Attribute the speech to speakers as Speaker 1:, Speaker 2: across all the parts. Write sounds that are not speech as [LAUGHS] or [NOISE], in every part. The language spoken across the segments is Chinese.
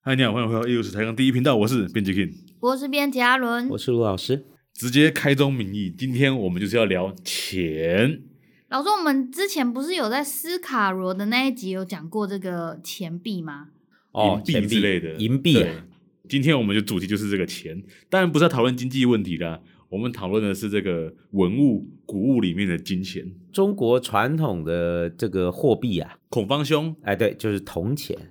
Speaker 1: 嗨，你好，欢迎回到《一如是台港第一频道，我是编辑 King。
Speaker 2: 我是编辑阿伦
Speaker 3: 我。是卢老师。
Speaker 1: 直接开宗明义，今天我们就是要聊钱。
Speaker 2: 老师，我们之前不是有在斯卡罗的那一集有讲过这个钱币吗？
Speaker 3: 哦，
Speaker 1: 银币
Speaker 3: 钱
Speaker 1: 之类的
Speaker 3: 银币啊，
Speaker 1: 对今天我们的主题就是这个钱，当然不是要讨论经济问题啦，我们讨论的是这个文物、古物里面的金钱。
Speaker 3: 中国传统的这个货币啊，
Speaker 1: 孔方兄，
Speaker 3: 哎，对，就是铜钱。哦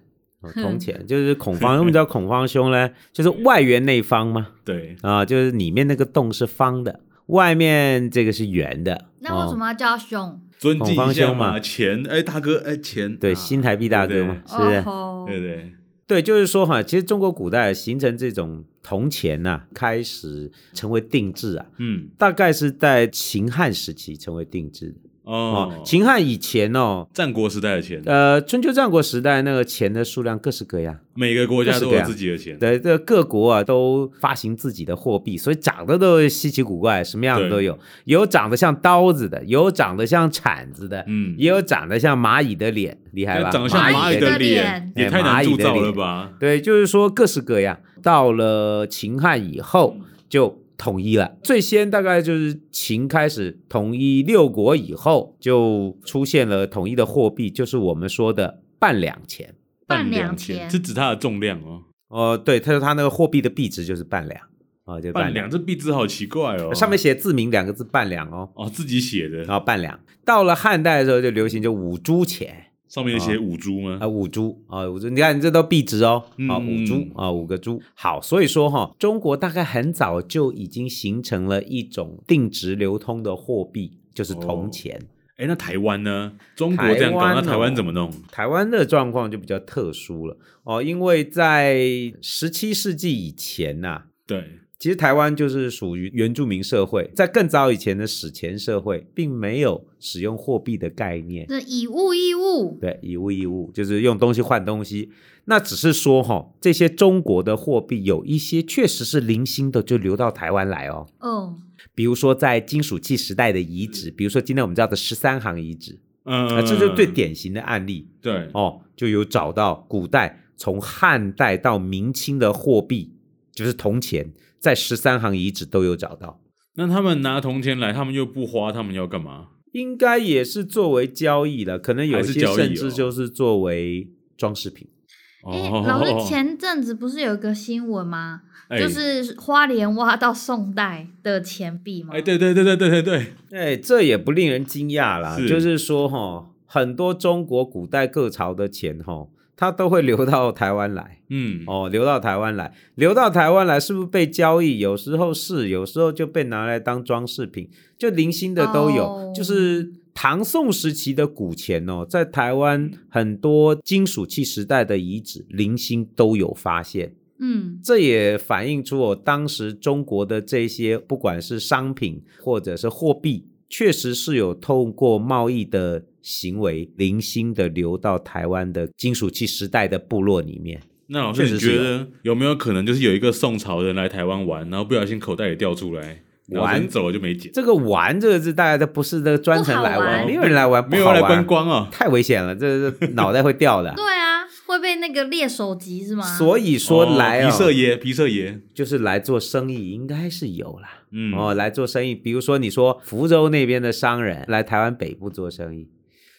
Speaker 3: 铜钱就是孔方，为什么叫孔方兄呢？就是外圆内方嘛，
Speaker 1: 对，
Speaker 3: 啊，就是里面那个洞是方的，外面这个是圆的。
Speaker 2: 那为什
Speaker 3: 哦？
Speaker 2: 么要叫熊？
Speaker 1: 尊敬一
Speaker 3: 孔方
Speaker 1: 下
Speaker 3: 兄
Speaker 1: 嘛，
Speaker 3: 嘛
Speaker 1: 钱，哎，大哥，哎，钱，
Speaker 3: 哦对，
Speaker 1: 啊
Speaker 3: 新台币大哥嘛，是不啊是？
Speaker 2: 哦吼
Speaker 1: 对对，
Speaker 3: 对，就是说哈，其实中国古代形成这种铜钱呐、开始成为定制啊，
Speaker 1: 嗯，
Speaker 3: 大概是在秦汉时期成为定制的。
Speaker 1: 哦
Speaker 3: 哦，，秦汉以前哦，
Speaker 1: 战国时代的钱，
Speaker 3: 呃，春秋战国时代那个钱的数量各式各样，
Speaker 1: 每个国家都
Speaker 3: 各式各
Speaker 1: 有
Speaker 3: 样
Speaker 1: 自己的钱，
Speaker 3: 对，这各国啊都发行自己的货币，所以长得都稀奇古怪，什么样的都有，有长得像刀子的，有长得像铲子的，
Speaker 1: 嗯
Speaker 3: 也有长得像蚂蚁的脸，厉害吧？
Speaker 1: 长得像
Speaker 2: 蚂
Speaker 1: 蚂
Speaker 2: 蚁
Speaker 1: 蚁
Speaker 2: 的
Speaker 1: 的脸
Speaker 2: 脸，
Speaker 1: 也
Speaker 3: 哎
Speaker 1: 太难
Speaker 3: 蚂蚁
Speaker 1: 铸
Speaker 3: 的
Speaker 1: 造
Speaker 3: 脸
Speaker 1: 了吧？
Speaker 3: 对，就是说各式各样。到了秦汉以后
Speaker 1: 嗯
Speaker 3: 就统一了，最先大概就是秦开始统一六国以后，就出现了统一的货币，就是我们说的半两钱。
Speaker 2: 半两
Speaker 1: 钱
Speaker 2: 钱
Speaker 1: 是指它的重量哦。
Speaker 3: 哦、对，他说他那个货币的币值就是半两，啊、就
Speaker 1: 半两这币字好奇怪哦，
Speaker 3: 上面写自明两个字半两哦，
Speaker 1: 哦自己写的，
Speaker 3: 然后半两。到了汉代的时候就流行就五铢钱
Speaker 1: 上面写五铢吗
Speaker 3: 啊、？五铢啊、五铢。你看你这都币值哦，啊、
Speaker 1: 嗯
Speaker 3: 五铢啊、五个铢。好，所以说哈、中国大概很早就已经形成了一种定值流通的货币，就是
Speaker 1: 哦
Speaker 3: 铜钱。
Speaker 1: 哎，那台湾呢？中国这样搞，
Speaker 3: 台湾
Speaker 1: 那
Speaker 3: 哦
Speaker 1: 台湾怎么弄？
Speaker 3: 台湾的状况就比较特殊了哦，因为在十七世纪以前呐、
Speaker 1: 对，
Speaker 3: 其实台湾就是属于原住民社会，在更早以前的史前社会，并没有使用货币的概念。
Speaker 2: 这以物易物，
Speaker 3: 对，以物易物就是用东西换东西。那只是说哈、这些中国的货币有一些确实是零星的，就流到台湾来哦。
Speaker 2: 哦，
Speaker 3: 比如说在金属器时代的遗址，比如说今天我们知道的十三行遗址，
Speaker 1: 嗯
Speaker 3: 啊，这就是最典型的案例
Speaker 1: 对，
Speaker 3: 哦，就有找到古代从汉代到明清的货币，就是铜钱，在十三行遗址都有找到。
Speaker 1: 那他们拿铜钱来，他们又不花，他们要干嘛？
Speaker 3: 应该也是作为交易了，可能有
Speaker 1: 还
Speaker 3: 一
Speaker 1: 是
Speaker 3: 些
Speaker 1: 交易
Speaker 3: 甚
Speaker 1: 哦
Speaker 3: 至就是作为装饰品。
Speaker 2: 哎，
Speaker 1: 哦
Speaker 2: 老
Speaker 3: [LAUGHS]
Speaker 2: 师前阵子不是有一个新闻吗？
Speaker 1: 哎
Speaker 2: 就是花莲挖到宋代的钱币吗？
Speaker 1: 哎，对对对对对对对，
Speaker 3: 哎，这也不令人惊讶啦，
Speaker 1: 是
Speaker 3: 就是说哈、很多中国古代各朝的钱哈、它都会流到台湾来
Speaker 1: 嗯，
Speaker 3: 哦，流到台湾来，流到台湾来，是不是被交易？有时候是，有时候就被拿来当装饰品，就零星的都有。
Speaker 2: 哦
Speaker 3: 就是唐宋时期的古钱哦，在台湾很多金属器时代的遗址，零星都有发现。
Speaker 2: 嗯，
Speaker 3: 这也反映出哦，当时中国的这些不管是商品或者是货币，确实是有透过贸易的行为，零星的流到台湾的金属器时代的部落里面。
Speaker 1: 那老师
Speaker 3: 确实
Speaker 1: 你
Speaker 3: 是
Speaker 1: 觉
Speaker 3: 有
Speaker 1: 得有没有可能就是有一个宋朝人来台湾玩，然后不小心口袋里掉出来，然后
Speaker 3: 玩
Speaker 1: 人走了就没捡，
Speaker 3: 这个“玩”这个字，大家都不是这个专程来
Speaker 2: 不好玩
Speaker 3: 没有人来玩，
Speaker 1: 没
Speaker 3: 不
Speaker 1: 有
Speaker 3: 好
Speaker 1: 人来
Speaker 3: 玩
Speaker 1: 观，光啊？
Speaker 3: 太危险了，这这脑袋会掉的。
Speaker 2: [LAUGHS] 对啊，会被那个猎手级是吗？
Speaker 3: 所以说来、
Speaker 1: 哦
Speaker 3: 哦
Speaker 1: 皮色爷，皮色爷，
Speaker 3: 就是来做生意，应该是有啦。
Speaker 1: 嗯，
Speaker 3: 哦，来做生意。比如说，你说福州那边的商人来台湾北部做生意，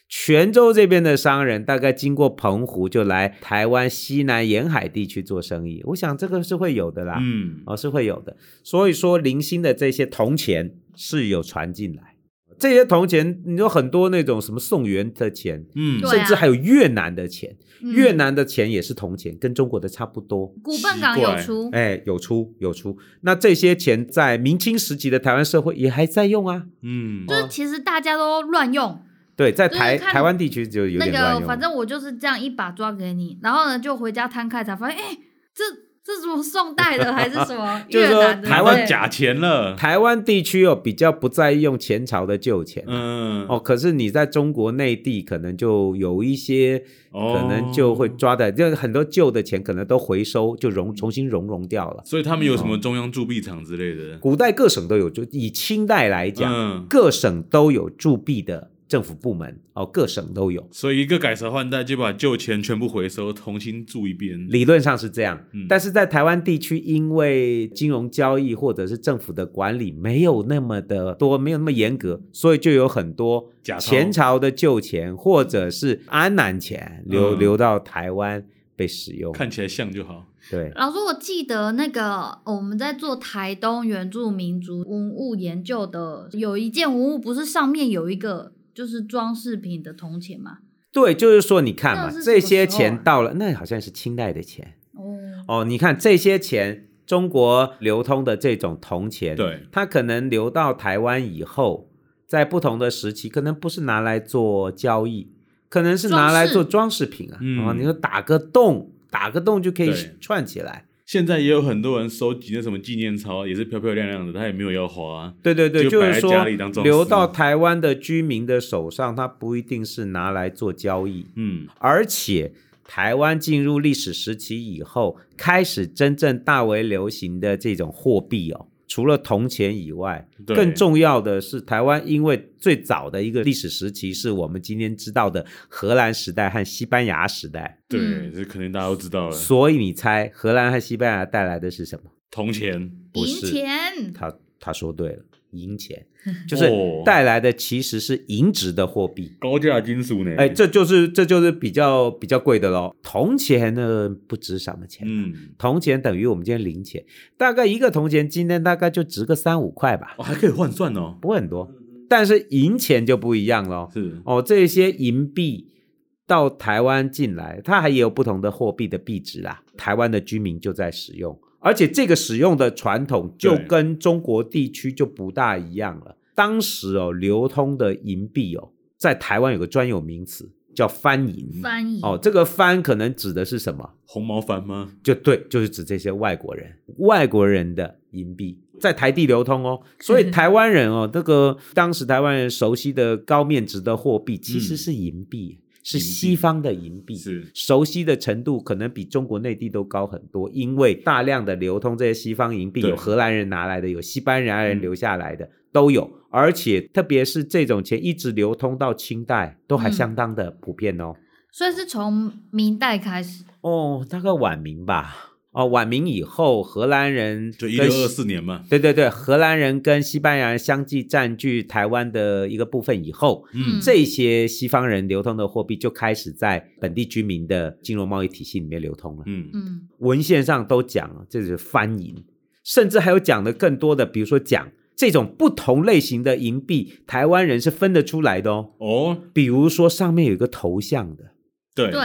Speaker 3: 泉州这边的商人大概经过澎湖就来台湾西南沿海地区做生意。我想这个是会有的啦，
Speaker 1: 嗯，
Speaker 3: 哦，是会有的。所以说，零星的这些铜钱是有传进来。这些铜钱，你说很多那种什么宋元的钱，
Speaker 1: 嗯，
Speaker 2: 对啊
Speaker 3: 甚至还有越南的钱，
Speaker 2: 嗯
Speaker 3: 越南的钱也是铜钱，跟中国的差不多。
Speaker 2: 古笨港有出，
Speaker 3: 哎，有出有出。那这些钱在明清时期的台湾社会也还在用啊。
Speaker 1: 嗯，
Speaker 2: 就是其实大家都乱用。
Speaker 3: 对，在
Speaker 2: 就是
Speaker 3: 台
Speaker 2: 看
Speaker 3: 台湾地区就有
Speaker 2: 那
Speaker 3: 点乱用
Speaker 2: 个
Speaker 3: 了。
Speaker 2: 反正我就是这样一把抓给你，然后呢就回家摊开才发现，哎、这这什么宋代的还是什
Speaker 3: [LAUGHS]
Speaker 2: 么
Speaker 3: 就是
Speaker 2: 越
Speaker 3: 说
Speaker 2: 南的？
Speaker 1: 台
Speaker 3: 对
Speaker 1: 湾
Speaker 2: 对
Speaker 1: 假钱了，
Speaker 3: 台湾地区哦比较不在意用前朝的旧钱。
Speaker 1: 嗯，
Speaker 3: 哦，可是你在中国内地可能就有一些，
Speaker 1: 哦
Speaker 3: 可能就会，抓的，就是很多旧的钱可能都回收，就融重新融融掉了。
Speaker 1: 所以他们有
Speaker 3: 哦
Speaker 1: 什么中央铸币厂之类的，
Speaker 3: 古代各省都有，就以清代来讲，
Speaker 1: 嗯，
Speaker 3: 各省都有铸币的政府部门哦，各省都有。
Speaker 1: 所以一个改朝换代就把旧钱全部回收，重新铸一遍。
Speaker 3: 理论上是这样
Speaker 1: 嗯，
Speaker 3: 但是在台湾地区，因为金融交易或者是政府的管理没有那么的多，没有那么严格，所以就有很多
Speaker 1: 假钞
Speaker 3: 前朝的旧钱或者是安南钱流
Speaker 1: 嗯
Speaker 3: 流到台湾被使用。
Speaker 1: 看起来像就好。
Speaker 3: 对，
Speaker 2: 老师，我记得那个我们在做台东原住民族文物研究的，有一件文物不是上面有一个就是装饰品的铜钱吗？
Speaker 3: 对，就是说，你看
Speaker 2: 那
Speaker 3: 嘛
Speaker 2: 是什，么
Speaker 3: 这些
Speaker 2: 时候啊
Speaker 3: 钱到了，那好像是清代的钱
Speaker 2: 哦，
Speaker 3: 哦。你看这些钱，中国流通的这种铜钱，
Speaker 1: 对，
Speaker 3: 它可能流到台湾以后，在不同的时期，可能不是拿来做交易，可能是拿来做装饰品啊。
Speaker 1: 嗯
Speaker 3: 啊，你说打个洞，打个洞就可以
Speaker 1: 对
Speaker 3: 串起来。
Speaker 1: 现在也有很多人收集那什么纪念钞，也是漂漂亮亮的，他也没有要花、啊。
Speaker 3: 对对对，
Speaker 1: 就
Speaker 3: 就
Speaker 1: 摆在
Speaker 3: 是说
Speaker 1: 家里当装饰嗯
Speaker 3: 流到台湾的居民的手上，它不一定是拿来做交易，
Speaker 1: 嗯，
Speaker 3: 而且。台湾进入历史时期以后，开始真正大为流行的这种货币哦，除了铜钱以外，
Speaker 1: 对，
Speaker 3: 更重要的是，台湾因为最早的一个历史时期是我们今天知道的荷兰时代和西班牙时代，
Speaker 1: 对，
Speaker 2: 嗯
Speaker 1: 这肯定大家都知道了。
Speaker 3: 所以你猜荷兰和西班牙带来的是什么？
Speaker 1: 铜钱，
Speaker 3: 不
Speaker 2: 银
Speaker 3: 是
Speaker 2: 钱，
Speaker 3: 他他说对了，
Speaker 1: [LAUGHS]
Speaker 3: 银钱，就是
Speaker 1: 哦
Speaker 3: 带来的其实是银值的货币。
Speaker 1: 高价金属呢？
Speaker 3: 哎，这就是这就是比较比较贵的喽。铜钱呢不值什么钱，
Speaker 1: 嗯，
Speaker 3: 铜钱等于我们今天零钱，大概一个铜钱今天大概就值个三五块吧，
Speaker 1: 哦，还可以换算哦。
Speaker 3: 不会很多。但是银钱就不一样喽，
Speaker 1: 是，
Speaker 3: 哦，这些银币到台湾进来，它还有不同的货币的币值啦。台湾的居民就在使用，而且这个使用的传统就
Speaker 1: 对
Speaker 3: 跟中国地区就不大一样了。当时哦，流通的银币哦，在台湾有个专有名词叫翻银。
Speaker 2: 翻译
Speaker 3: 哦，这个翻可能指的是什么？
Speaker 1: 红毛矾吗？
Speaker 3: 就对，就是指这些外国人，外国人的银币在台地流通哦，所以台湾人哦，这个当时台湾人熟悉的高面值的货币其实是银币，是西方的银币，
Speaker 1: 是，
Speaker 3: 熟悉的程度可能比中国内地都高很多，因为大量的流通这些西方银币，
Speaker 1: 对
Speaker 3: 有荷兰人拿来的，有西班牙人
Speaker 1: 嗯
Speaker 3: 留下来的、都有，而且特别是这种钱一直流通到清代，都还
Speaker 2: 嗯
Speaker 3: 相当的普遍哦。
Speaker 2: 所以是从明代开始，
Speaker 3: 哦，大概晚明吧。哦，晚明以后，荷兰人
Speaker 1: 就
Speaker 3: 跟
Speaker 1: 一六二
Speaker 3: 西，
Speaker 1: 四年嘛。
Speaker 3: 对对对，荷兰人跟西班牙人相继占据台湾的一个部分以后，
Speaker 1: 嗯
Speaker 2: 嗯
Speaker 3: 这些西方人流通的货币就开始在本地居民的金融贸易体系里面流通了。
Speaker 1: 嗯，
Speaker 2: 嗯，
Speaker 3: 文献上都讲了，这是翻银，甚至还有讲的更多的，比如说讲这种不同类型的银币，台湾人是分得出来的哦。
Speaker 1: 哦，
Speaker 3: 比如说上面有一个头像的，
Speaker 1: 对，
Speaker 2: 对，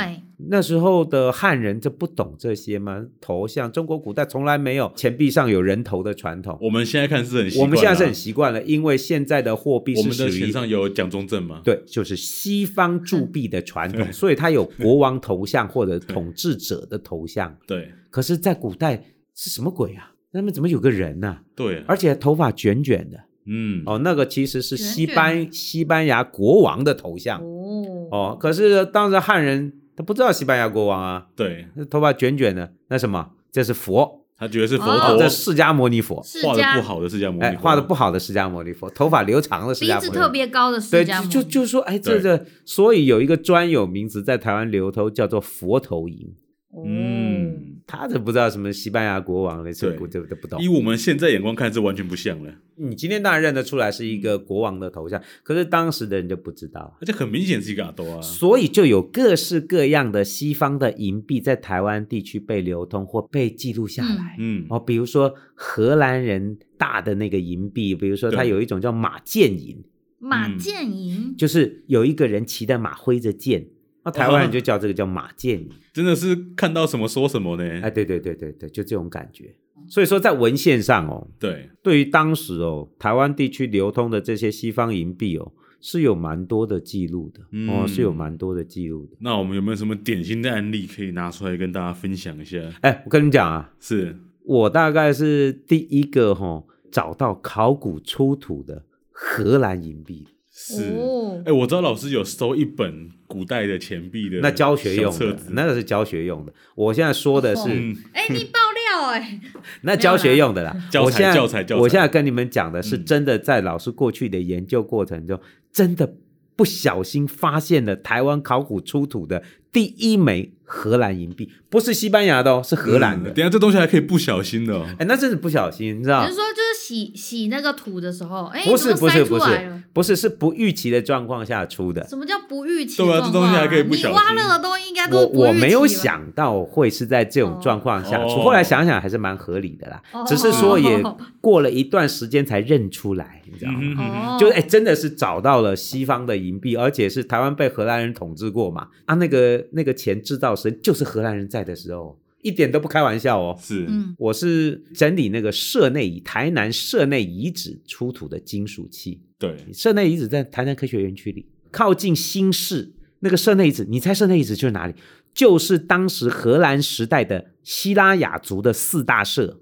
Speaker 3: 那时候的汉人这不懂这些吗？头像，中国古代从来没有钱币上有人头的传统。
Speaker 1: 我们现在看是很习
Speaker 3: 我
Speaker 1: 惯啦，啊
Speaker 3: 们现在是很习惯了，因为现在的货币
Speaker 1: 我
Speaker 3: 是
Speaker 1: 们的
Speaker 3: 属
Speaker 1: 钱
Speaker 3: 于
Speaker 1: 上有蒋中正吗？
Speaker 3: 对，就是西方铸
Speaker 2: 嗯
Speaker 3: 币的传
Speaker 1: 对
Speaker 3: 统，所以它有国王头像或者统治者的头像。
Speaker 1: 对
Speaker 3: 可是，在古代是什么鬼啊？那么怎么有个人呢、
Speaker 1: 对，
Speaker 3: 而且头发卷卷的
Speaker 1: 嗯，
Speaker 3: 哦，那个其实是西
Speaker 2: 卷
Speaker 3: 班西班牙国王的头像
Speaker 2: 哦，
Speaker 3: 哦。可是当时汉人他不知道西班牙国王啊，
Speaker 1: 对，
Speaker 3: 头发卷卷的，那什么，这是佛，
Speaker 1: 他觉得是佛
Speaker 2: 哦
Speaker 1: 陀
Speaker 3: 这释迦牟尼佛，
Speaker 2: 释
Speaker 1: 画的
Speaker 2: 迦
Speaker 1: 不好的释迦牟
Speaker 3: 哎，
Speaker 1: 尼佛，
Speaker 3: 画的不好的释迦牟尼佛，头发留长的释
Speaker 2: 鼻
Speaker 3: 迦
Speaker 2: 子
Speaker 3: 牟
Speaker 2: 特
Speaker 3: 尼佛。
Speaker 2: 别高的释
Speaker 3: 对，
Speaker 2: 迦
Speaker 3: 就
Speaker 2: 牟尼，
Speaker 3: 就就说，哎，这
Speaker 1: 对
Speaker 3: 个，所以有一个专有名词在台湾流通，叫做佛头银。
Speaker 2: 哦
Speaker 1: 嗯，
Speaker 3: 他都不知道什么西班牙国王的，这
Speaker 1: 对
Speaker 3: 不这都不懂
Speaker 1: 以。我们现在眼光看是完全不像了，
Speaker 3: 你今天当然认得出来是一个国王的头像，可是当时的人就不知道啊。
Speaker 1: 而且很明显是一个阿斗啊，
Speaker 3: 所以就有各式各样的西方的银币在台湾地区被流通或被记录下来。
Speaker 1: 嗯，
Speaker 3: 哦，比如说荷兰人大的那个银币，比如说它
Speaker 1: 对
Speaker 3: 有一种叫马剑银，
Speaker 2: 马
Speaker 1: 嗯
Speaker 2: 剑银，
Speaker 3: 就是有一个人骑的马挥着剑，那台湾人就叫这个叫马剑银。
Speaker 1: 真的是看到什么说什么呢
Speaker 3: 哎，？对对对对对，就这种感觉。所以说，在文献上哦，
Speaker 1: 对，
Speaker 3: 对于当时哦台湾地区流通的这些西方银币哦，是有蛮多的记录的、
Speaker 1: 嗯
Speaker 3: 哦，是有蛮多的记录的。
Speaker 1: 那我们有没有什么典型的案例可以拿出来跟大家分享一下？
Speaker 3: 哎，我跟你讲啊，
Speaker 1: 是
Speaker 3: 我大概是第一个哈、哦、找到考古出土的荷兰银币。
Speaker 1: 是，
Speaker 2: 哦
Speaker 1: [LAUGHS] 哎，
Speaker 3: 呃
Speaker 1: 我知道老师有收一本古代的钱币的
Speaker 3: 那教学
Speaker 1: 小
Speaker 3: 用
Speaker 1: 册
Speaker 3: 的
Speaker 1: 子，，
Speaker 3: 那个是教学用的。我现在说的是、
Speaker 1: 嗯，
Speaker 2: 哎、你爆料
Speaker 3: [LAUGHS]
Speaker 2: 哎、
Speaker 3: 那教学用的啦。
Speaker 1: 教材
Speaker 3: 我现在
Speaker 1: 教材教材
Speaker 3: 我现在跟你们讲的是
Speaker 1: 嗯
Speaker 3: 真的，在老师过去的研究过程中，真的不小心发现了台湾考古出土的第一枚荷兰银币，不是西班牙的哦，是荷兰的。
Speaker 1: 嗯等一下这东西还可以不小心的、哦，
Speaker 3: 哎，那真是不小心，你知道
Speaker 2: 你？是说就是洗洗那个土的时候，哎，
Speaker 3: 啊不
Speaker 2: 怎么
Speaker 3: 是不
Speaker 2: 塞
Speaker 3: 是
Speaker 2: 出
Speaker 3: 不
Speaker 2: 来
Speaker 3: 是
Speaker 2: 了？
Speaker 3: 不是是不预期的状况下出的。
Speaker 2: 什么叫不预期
Speaker 1: 对啊这
Speaker 2: 状况？
Speaker 1: 东西还可以不小
Speaker 2: 你挖
Speaker 1: 心
Speaker 2: 那个东西应该都
Speaker 3: 我
Speaker 2: 是不预期
Speaker 3: 我没有
Speaker 2: 吧，
Speaker 3: 想到会是在这种状况下出，
Speaker 1: 哦
Speaker 3: 后来想想还是蛮合理的啦，
Speaker 2: 哦
Speaker 3: 只是说也过了一段时间才认出来，你知道吗？
Speaker 1: 嗯哼，
Speaker 2: 哦，
Speaker 3: 就是哎、真的是找到了西方的银币，而且是台湾被荷兰人统治过嘛，啊，那个那个钱制造时就是荷兰人在的时候，一点都不开玩笑哦。
Speaker 1: 是，
Speaker 2: 嗯，
Speaker 3: 我是整理那个社内遗台南社内遗址出土的金属器，
Speaker 1: 对，
Speaker 3: 社内遗址在台南科学园区里，靠近新市那个社内遗址，你猜社内遗址就是哪里？就是当时荷兰时代的希拉雅族的四大社，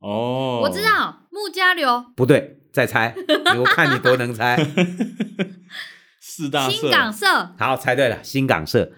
Speaker 1: 哦，
Speaker 2: 我知，道穆家柳、
Speaker 3: 不对，再猜，我看你多能
Speaker 1: [LAUGHS]
Speaker 3: 猜。
Speaker 1: 四大社
Speaker 2: 新港社，
Speaker 3: 好，猜对了，新港社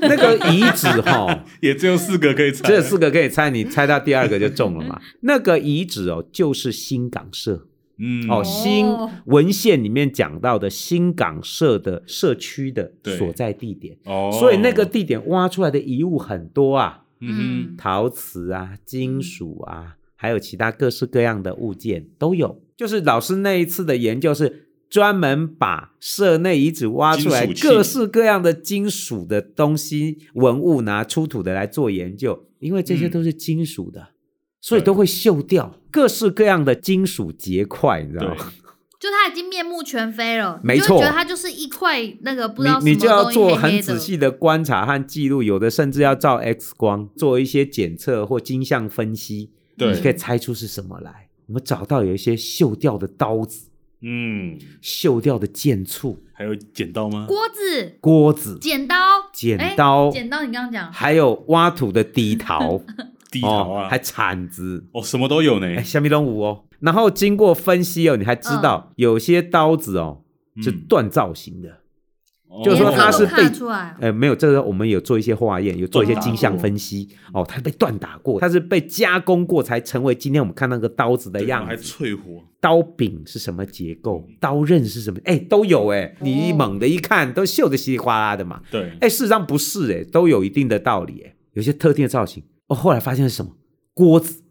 Speaker 3: 那个遗址
Speaker 1: [LAUGHS]
Speaker 3: 哈，
Speaker 1: 也只有四个可以猜，
Speaker 3: 这四个可以猜，你猜到第二个就中了
Speaker 1: [LAUGHS]
Speaker 3: 嘛。那个遗址哦，就是新港社
Speaker 1: 嗯，
Speaker 3: 哦，
Speaker 2: 哦
Speaker 3: 新文献里面讲到的新港社的社区的
Speaker 1: 对
Speaker 3: 所在地点，
Speaker 1: 哦，
Speaker 3: 所以那个地点挖出来的遗物很多啊，
Speaker 1: 嗯
Speaker 2: 嗯，
Speaker 3: 陶瓷啊、金属啊，还有其他各式各样的物件都有。就是老师那一次的研究是专门把社内遗址挖出来
Speaker 1: 金属器
Speaker 3: 各式各样的金属的东西、文物拿出土的来做研究，因为这些
Speaker 1: 嗯
Speaker 3: 都是金属的，所以
Speaker 1: 对
Speaker 3: 都会锈掉，各式各样的金属结块，你知道
Speaker 1: 对
Speaker 3: 吗？
Speaker 2: 就它已经面目全非了，
Speaker 3: 没
Speaker 2: 你就
Speaker 3: 错
Speaker 2: 会觉得它就是一块那个不知道什
Speaker 3: 你
Speaker 2: 么
Speaker 3: 你就要
Speaker 2: 东西黑
Speaker 3: 做
Speaker 2: 黑
Speaker 3: 很
Speaker 2: 的
Speaker 3: 仔细的观察和记录，有的甚至要照 X 光做一些检测或金相分析，
Speaker 1: 对
Speaker 3: 你可以猜出是什么来。我们找到有一些锈掉的刀子、
Speaker 1: 嗯，
Speaker 3: 锈掉的剑簇、
Speaker 1: 还有剪刀吗？
Speaker 2: 锅子、
Speaker 3: 锅子、
Speaker 2: 剪刀、
Speaker 3: 剪刀
Speaker 2: 哎剪刀，你刚刚讲
Speaker 3: 还有挖土的
Speaker 2: [LAUGHS]
Speaker 3: 地桃、
Speaker 1: 地桃
Speaker 3: 哦
Speaker 1: 啊
Speaker 3: 还，铲子，
Speaker 1: 哦，什么都有呢
Speaker 3: 哎，，虾米龙五哦。然后经过分析哦，你还
Speaker 2: 嗯
Speaker 3: 知道有些刀子哦是
Speaker 1: 嗯
Speaker 3: 锻造型的，
Speaker 1: 哦
Speaker 3: 就是说它
Speaker 2: 连
Speaker 3: 是
Speaker 2: 这都看
Speaker 3: 被
Speaker 2: 得出来，
Speaker 3: 呃，没有，这个我们有做一些化验，有做一些
Speaker 1: 断打
Speaker 3: 金相
Speaker 1: 过
Speaker 3: 分析。哦，它被锻打过，它是被加工过才成为今天我们看那个刀子的
Speaker 1: 对
Speaker 3: 样
Speaker 1: 还嗯
Speaker 3: 子。
Speaker 1: 淬火，
Speaker 3: 刀柄是什么结构？刀刃是什么？哎，都有哎。你一
Speaker 2: 哦
Speaker 3: 猛的一看，都锈的稀里哗啦的嘛。
Speaker 1: 对，
Speaker 3: 哎，事实上不是哎，都有一定的道理哎。有些特定的造型，哦，后来发现是什么？锅子，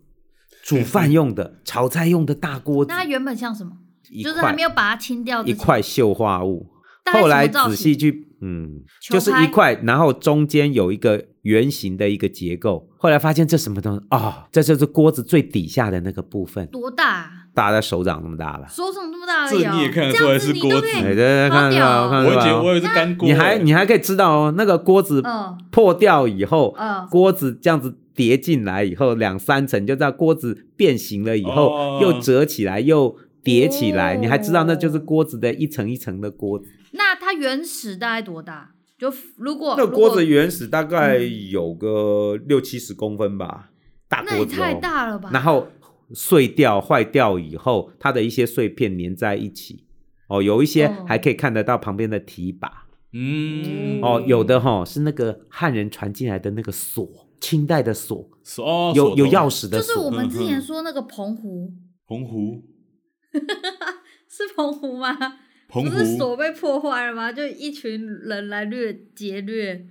Speaker 3: 煮饭用的、炒菜用的大锅子
Speaker 2: 那，它原本像什么？
Speaker 3: 一
Speaker 2: 就是还
Speaker 3: 块
Speaker 2: 没有把它清掉之
Speaker 3: 一
Speaker 2: 前，
Speaker 3: 块锈化物。
Speaker 2: 大概
Speaker 3: 后来
Speaker 2: 什么造
Speaker 3: 仔
Speaker 2: 型
Speaker 3: 细去，嗯，
Speaker 2: 球
Speaker 3: 就是
Speaker 2: 拍
Speaker 3: 一块，然后中间有一个圆形的一个结构。后来发现这什么东西哦，这就是锅子最底下的那个部分，
Speaker 2: 多大啊？
Speaker 3: 大概手掌那么大吧。
Speaker 2: 手掌这么大而
Speaker 1: 这
Speaker 2: 已哦，
Speaker 1: 你也看得出
Speaker 2: 这
Speaker 1: 来
Speaker 2: 样子
Speaker 1: 是
Speaker 2: 你
Speaker 1: 锅
Speaker 2: 都
Speaker 1: 子
Speaker 2: 可
Speaker 3: 哎，对
Speaker 2: 以，
Speaker 3: 对，看
Speaker 2: 好
Speaker 3: 得
Speaker 2: 屌
Speaker 3: 到，
Speaker 2: 哦
Speaker 3: 看
Speaker 1: 我以
Speaker 3: 得
Speaker 1: 为
Speaker 3: 到
Speaker 1: 我以。为是干锅，
Speaker 3: 哎嗯
Speaker 1: 欸
Speaker 3: 你还你还可以知道哦，那个锅子
Speaker 2: 嗯
Speaker 3: 破掉以后，
Speaker 2: 嗯
Speaker 3: 锅子这样子叠进来以后，两三层，就知道锅子变形了以后，
Speaker 1: 哦
Speaker 3: 又折起来又叠起来，你还知道那就是
Speaker 2: 哦
Speaker 3: 锅子的一层一层的锅子。
Speaker 2: 那它原始大概多大？就如果
Speaker 3: 那
Speaker 2: 哦如
Speaker 3: 锅
Speaker 2: 果
Speaker 3: 子原始大概有个六七十公分吧，大
Speaker 2: 那
Speaker 3: 锅
Speaker 2: 也
Speaker 3: 子、哦、
Speaker 2: 太大了吧？
Speaker 3: 然后碎掉、坏掉以后，它的一些碎片粘在一起。哦，有一些
Speaker 2: 哦
Speaker 3: 还可以看得到旁边的提把。
Speaker 1: 嗯，
Speaker 3: 哦，有的哈、是那个汉人传进来的那个锁，清代的锁，
Speaker 1: 锁哦，
Speaker 3: 有有钥
Speaker 1: 匙，
Speaker 3: 匙的
Speaker 2: 就
Speaker 3: 锁。
Speaker 2: 是我们之前
Speaker 1: 嗯
Speaker 2: 说那个澎湖，
Speaker 1: 澎湖，
Speaker 2: 是澎湖吗？
Speaker 1: 澎
Speaker 2: 不是
Speaker 1: 湖，
Speaker 2: 锁被破坏了吗？就一群人来掠劫掠，